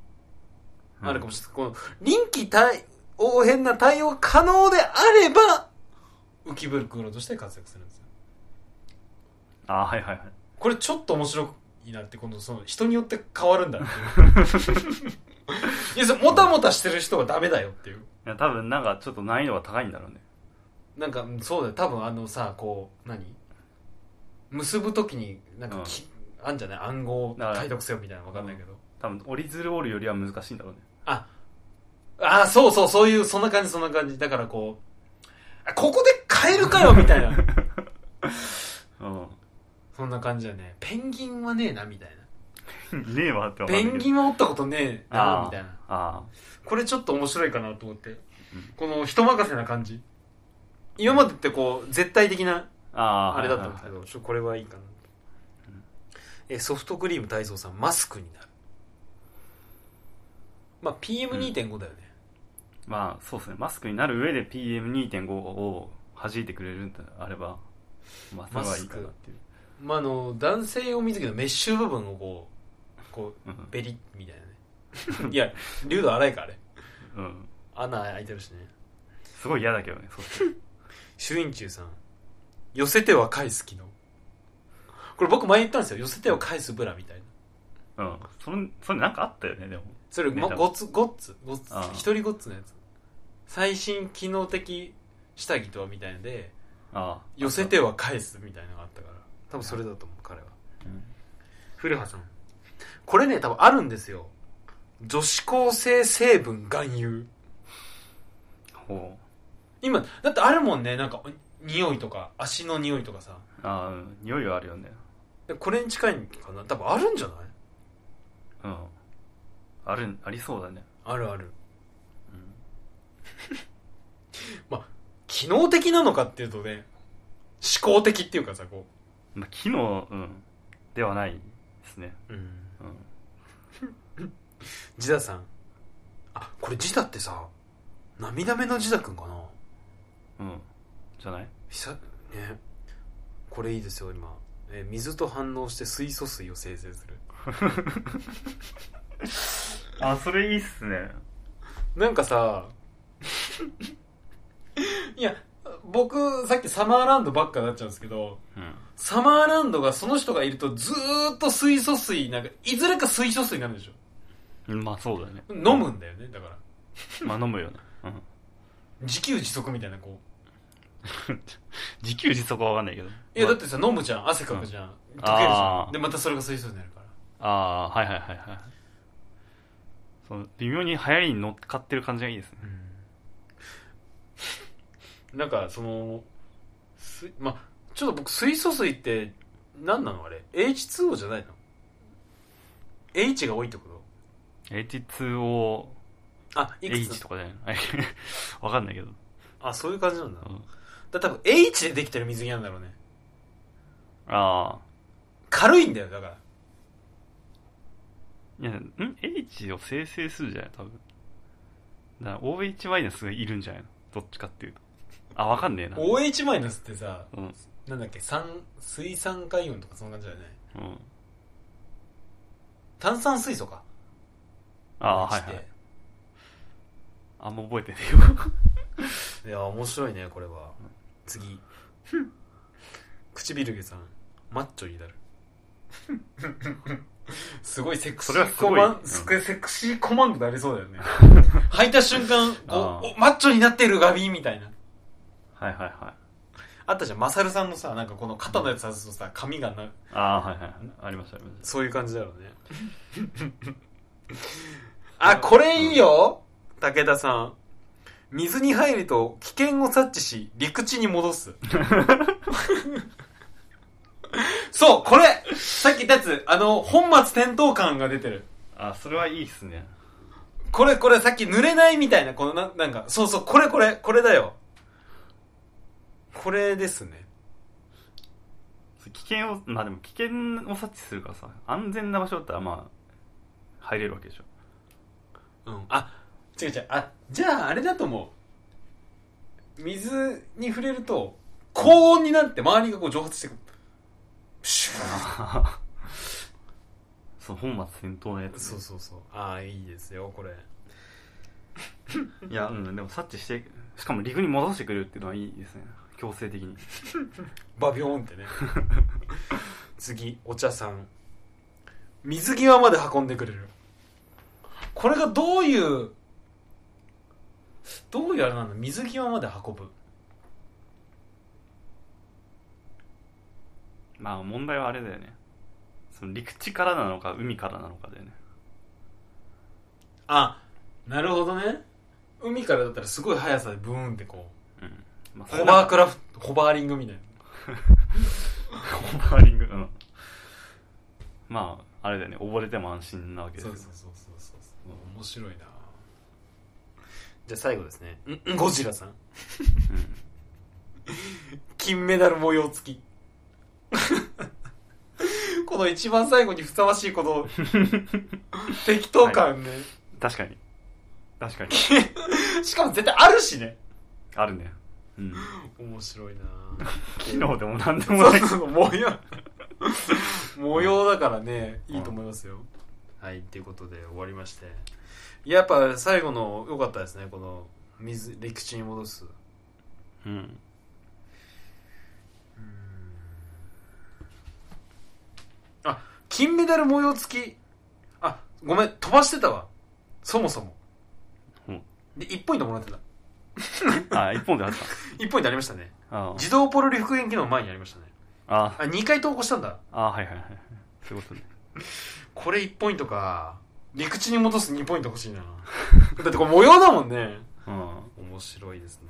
Speaker 1: うん
Speaker 2: あるかもしれない。この、臨機対応変な対応が可能であれば、浮き袋として活躍するんですよ。
Speaker 1: ああ、はいはいはい。
Speaker 2: これちょっと面白いいなって今度その人によって変わるんだっていういやそれもたもたしてる人がダメだよっていう
Speaker 1: いや多分なんかちょっと難易度が高いんだろうね
Speaker 2: なんかうんそうだよ多分あのさこう何結ぶ時になんかき、あんじゃない暗号を体得せよみたいなのわかんないけど、
Speaker 1: 多分折り鶴折るよりは難しいんだろうね
Speaker 2: ああそうそうそういうそんな感じそんな感じだからこうあここで変える
Speaker 1: [LAUGHS]
Speaker 2: かよみたいな
Speaker 1: う
Speaker 2: そんな感じだよねペンギンはねえなみたいなん
Speaker 1: ねえわってわかんな [LAUGHS]
Speaker 2: ペ
Speaker 1: いけど
Speaker 2: ンギンはおったことねえな
Speaker 1: あー
Speaker 2: みたいな
Speaker 1: あ
Speaker 2: これちょっと面白いかなと思って、この人任せな感じ今までってこう絶対的な
Speaker 1: あああ
Speaker 2: あれだったんですけ
Speaker 1: はいはい
Speaker 2: ど、ちょこれはいいかな、えソフトクリーム大蔵さんマスクになるまあ PM2.5 だよね、
Speaker 1: まあそうですねマスクになる上で PM2.5 を弾いてくれるんであればまあそれはいいかなっていう、
Speaker 2: まああの男性用水着のメッシュ部分をこうこ
Speaker 1: うん
Speaker 2: うベリッみたいなね [LAUGHS] いや流度荒いかあれ
Speaker 1: うん、
Speaker 2: 穴開いてるしね
Speaker 1: すごい嫌だけどねそうする
Speaker 2: 朱印中さん寄せては返す機能これ僕前言ったんですよ寄せては返すブラみたいな
Speaker 1: とうんそれそれなんかあったよねでも
Speaker 2: それ、
Speaker 1: ね
Speaker 2: ま、
Speaker 1: 多分
Speaker 2: ゴッツゴッツゴッツ
Speaker 1: ああ
Speaker 2: 一人ゴッツのやつ最新機能的下着とはみたいので
Speaker 1: ああ
Speaker 2: 寄せては返すみたいなのがあったから多分それだと思う彼は
Speaker 1: うん
Speaker 2: 古葉さんこれね多分あるんですよ女子高生成分含有
Speaker 1: ほ
Speaker 2: 今だってあるもんねなんか匂いとか足の匂いとかさ
Speaker 1: うああうん匂いはあるよね
Speaker 2: でこれに近いんかな多分あるんじゃない
Speaker 1: うんあるありそうだね
Speaker 2: あるある [LAUGHS]
Speaker 1: うん
Speaker 2: 機能的なのかっていうとね思考的っていうかさこ
Speaker 1: まあ機能、うん、ではないですね
Speaker 2: ううん
Speaker 1: うん
Speaker 2: ジダさん。あ、これジダってさ、涙目のジダくんかな
Speaker 1: うんじゃない
Speaker 2: 久、ね。これいいですよ、今。えー水と反応して水素水を生成する。
Speaker 1: あそれいいっすね
Speaker 2: なんかさ、いや、僕、さっきサマーランドばっかになっちゃうんですけど、
Speaker 1: うん
Speaker 2: サマーランドがその人がいるとずーっと水素水、なんか、いずれか水素水になるでしょ。
Speaker 1: うんまあそうだね
Speaker 2: 飲むんだよね、だから。
Speaker 1: まあ飲むよね、うん、 [LAUGHS]
Speaker 2: 自給自足みたいな、こう。
Speaker 1: 自給自足はわかんないけど
Speaker 2: いや、だってさ、飲むじゃん、汗かくじゃん、溶けるじ
Speaker 1: あ
Speaker 2: ゃ
Speaker 1: ー
Speaker 2: ん。で、またそれが水素になるから。
Speaker 1: ああーはいはいはいはいその微妙に流行りに乗っかってる感じがいいですね
Speaker 2: なんかそのすまあちょっと僕水素水って何なのあれ H2O じゃないの H が多いってこと
Speaker 1: H2O
Speaker 2: あいくつ
Speaker 1: H とかじゃない [LAUGHS] のわかんないけど、
Speaker 2: あそういう感じなんだだか
Speaker 1: うん
Speaker 2: ら多分 H でできてる水着なんだろうね
Speaker 1: ああ
Speaker 2: 軽いんだよだから
Speaker 1: いやん H を生成するじゃない多分だから OH のすがいるんじゃないのどっちかっていうとあわかんねえな
Speaker 2: OH マイナスってさ
Speaker 1: うん、うん、
Speaker 2: なんだっけ酸水酸化イオンとかそんな感じだよね炭酸水素か
Speaker 1: ああはい
Speaker 2: H っ
Speaker 1: は
Speaker 2: て
Speaker 1: いあんま覚えてねえよ [LAUGHS]
Speaker 2: いや面白いねこれは次唇毛さんマッチョになるすごいセク
Speaker 1: そ
Speaker 2: シ
Speaker 1: れは
Speaker 2: ー
Speaker 1: すごい
Speaker 2: コマン
Speaker 1: うん
Speaker 2: すごいセクシーコマンドになりそうだよね履いた瞬間
Speaker 1: あ
Speaker 2: お
Speaker 1: ー
Speaker 2: おマッチョになってるガビーみたいな
Speaker 1: はいはいはい
Speaker 2: あったじゃんマサルさんのさなんかこの肩のやつ外すとさ髪がな
Speaker 1: ああーはいはいはいありましたありました
Speaker 2: そういう感じだろうね [LAUGHS] あこれいいよ武田さん水に入ると危険を察知し陸地に戻す [LAUGHS] そうこれさっき言ったやつあの本末転倒感が出てる
Speaker 1: あそれはいいっすね
Speaker 2: これこれさっき濡れないみたいなこのななんかそうそうこれこれこれだよこれですね
Speaker 1: 危険をまあでも危険を察知するからさ安全な場所だったらまあ入れるわけでしょ [LAUGHS]
Speaker 2: うん、あ違う違うあじゃああれだと思う水に触れると高温になって周りがこう蒸発して [LAUGHS] くるプシュー
Speaker 1: その本末転倒のやつ
Speaker 2: そうそうそうああいいですよこれ
Speaker 1: いやうんでも察知してしかも陸に戻してくれるっていうのはいいですね強制的に
Speaker 2: [LAUGHS] バビョーンってね次お茶さん水際まで運んでくれるこれがどういうどういうあれなんだ水際まで運ぶ
Speaker 1: まあ問題はあれだよねその陸地からなのか海からなのかだよね
Speaker 2: あなるほどね海からだったらすごい速さでブーンってこ
Speaker 1: うん、まあ、
Speaker 2: う
Speaker 1: それ
Speaker 2: ホ
Speaker 1: なん
Speaker 2: バー
Speaker 1: か
Speaker 2: クラフトホバーリングみたいな
Speaker 1: ホバーリングうんまああれだよね溺れても安心なわけです
Speaker 2: そう
Speaker 1: よ
Speaker 2: そうそうそうそうそう面白いなじゃあ最後ですねんんゴジラさん
Speaker 1: うん
Speaker 2: 金メダル模様付き [LAUGHS] この一番最後にふさわしいこ [LAUGHS] の適当感ね、
Speaker 1: 確かに確かに
Speaker 2: しかも絶対あるしね
Speaker 1: あるねうん
Speaker 2: 面白いな
Speaker 1: 機能でも何でもな
Speaker 2: そう
Speaker 1: い
Speaker 2: そうそう模 [LAUGHS] 様模様だからねいいと思いますよ、はいっていうことで終わりましてやっぱ最後の良かったですねこの水陸地に戻す
Speaker 1: うん
Speaker 2: あ金メダル模様付きあごめん飛ばしてたわそもそも
Speaker 1: うん
Speaker 2: で1ポイントもらってた
Speaker 1: あ一本であった
Speaker 2: 1ポイントありましたね
Speaker 1: あ
Speaker 2: 自動ポロリ復元機能前にありましたね [LAUGHS]
Speaker 1: あ
Speaker 2: あ2回投稿したんだ
Speaker 1: あはいはいはいそういうことね
Speaker 2: これ1ポイントか陸地に戻す2ポイント欲しいな [LAUGHS] だってこれ模様だもんね
Speaker 1: うん
Speaker 2: 面白いですね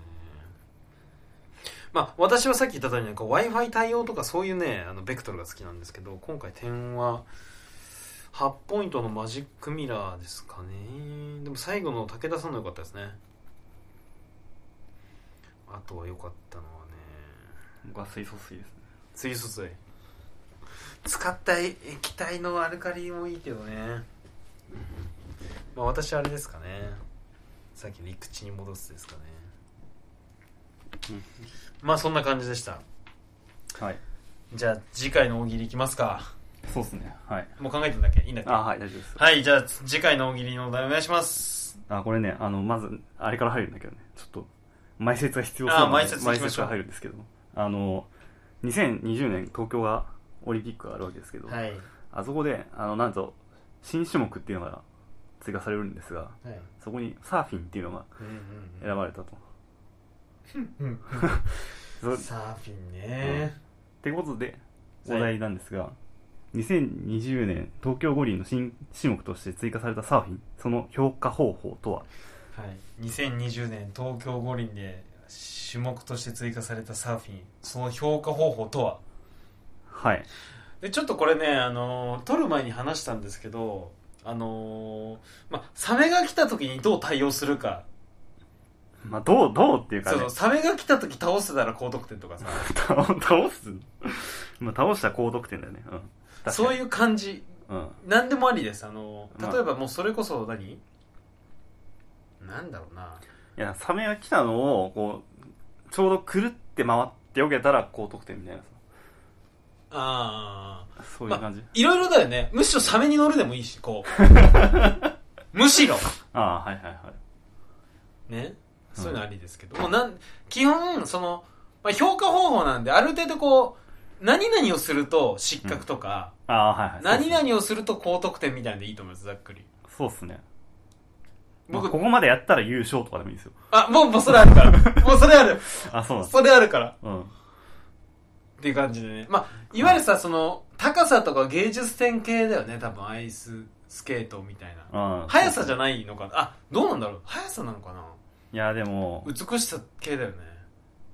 Speaker 2: まあ私はさっき言った通りなんか w i f i 対応とかそういうねあのベクトルが好きなんですけど今回点は8ポイントのマジックミラーですかねでも最後の武田さんの良かったですねあとは良かったのはね
Speaker 1: 僕は水素水ですね
Speaker 2: 水素水使った液体のアルカリもいいけどねまあ私はあれですかねさっき陸地に戻すですかね
Speaker 1: うん
Speaker 2: まあそんな感じでした
Speaker 1: はい
Speaker 2: じゃあ次回の大喜利いきますか
Speaker 1: そうですねはい
Speaker 2: もう考えてんだっけいいんだっけ
Speaker 1: あはい大丈夫です
Speaker 2: はいじゃあ次回の大喜利のお題お願いします
Speaker 1: あこれねあのまずあれから入るんだけどねちょっと前説が必要な
Speaker 2: あー
Speaker 1: の
Speaker 2: 前
Speaker 1: で
Speaker 2: 説行きましょう
Speaker 1: が入るんですけどあの2020年東京がオリンピックがあるわけですけど、
Speaker 2: はい、
Speaker 1: あそこであのなんと新種目っていうのが追加されるんですが
Speaker 2: はい
Speaker 1: そこにサーフィンっていうのが
Speaker 2: うん
Speaker 1: 選ばれたと、
Speaker 2: うんうん、
Speaker 1: そう
Speaker 2: サーフィンね、
Speaker 1: ってことで、
Speaker 2: はい
Speaker 1: お題なんですが、2020年東京五輪の新種目として追加されたサーフィン、その評価方法とは、
Speaker 2: はい、2020年東京五輪で種目として追加されたサーフィンその評価方法とは
Speaker 1: はい。
Speaker 2: でちょっとこれね、あのー撮る前に話したんですけど、あのーまあ、サメが来た時にどう対応するか、
Speaker 1: まあ、どう、どうっていうか
Speaker 2: そ
Speaker 1: ね
Speaker 2: う、サメが来た時倒せたら高得点とかさ
Speaker 1: 倒 [LAUGHS] 倒す。まあ、倒したら高得点だよね。うん。確かに
Speaker 2: そういう感じ
Speaker 1: うん。
Speaker 2: 何でもありです、あのー
Speaker 1: まあ
Speaker 2: 例えばもうそれこそ何、なんだろうない
Speaker 1: や、サメが来たのを、こう、ちょうどくるって回って避けたら高得点みたいな
Speaker 2: ああ
Speaker 1: さそういう感じ。
Speaker 2: いろいろだよねむしろサメに乗るでもいいしこ
Speaker 1: [LAUGHS]
Speaker 2: うむしろ
Speaker 1: ああ、はいはいはい。
Speaker 2: ねそういうのありですけど、もうなん基本その、まあ、評価方法なんである程度こう何々をすると失格とか、
Speaker 1: ああ、はいはい。
Speaker 2: 何々をすると高得点みたいなんでいいと思いますざっくり
Speaker 1: そうっすね。僕、
Speaker 2: 僕、
Speaker 1: まあここまでやったら優勝とかでもいいですよ。
Speaker 2: あもうもうそれあるから [LAUGHS] もうそれある
Speaker 1: あ、そうなんです。
Speaker 2: それあるから
Speaker 1: うん。
Speaker 2: っていう感じでねまあいわゆるさその高さとか芸術点系だよね多分アイススケートみたいな
Speaker 1: うん。
Speaker 2: 速さじゃないのかなあどうなんだろう速さなのかない
Speaker 1: や、でも、
Speaker 2: 美しさ系だよね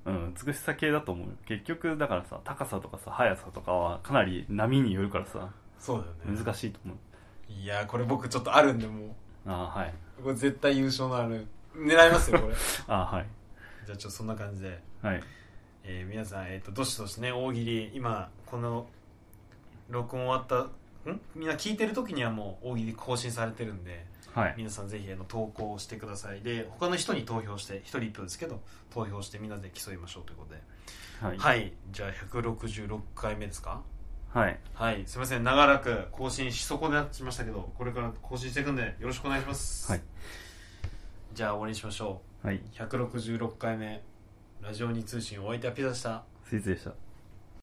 Speaker 1: うん、美しさ系だと思うよ結局だからさ高さとかさ速さとかはかなり波によるからさ
Speaker 2: そうだよね
Speaker 1: 難しいと思う
Speaker 2: いやーこれ僕ちょっとあるんでもう
Speaker 1: ああはい
Speaker 2: これ絶対優勝のある狙いますよこれ
Speaker 1: ああはい
Speaker 2: [LAUGHS] じゃあちょっとそんな感じで、
Speaker 1: はい
Speaker 2: えー皆さん、えー、とどしどしね大喜利今この録音終わったんみんな聞いてる時にはもう大喜利更新されてるんで
Speaker 1: はい
Speaker 2: 皆さんぜひあの投稿してくださいで他の人に投票して1人1票ですけど投票してみんなで競いましょうということで
Speaker 1: はい、
Speaker 2: はいい、じゃあ166回目ですか
Speaker 1: はい、
Speaker 2: はいすいません長らく更新し損なっちましたけどこれから更新していくんでよろしくお願いします、
Speaker 1: はい、
Speaker 2: じゃあ終わりにしましょう
Speaker 1: はい、
Speaker 2: 166回目ラジオに通信お相手はピザでした
Speaker 1: スイーツでした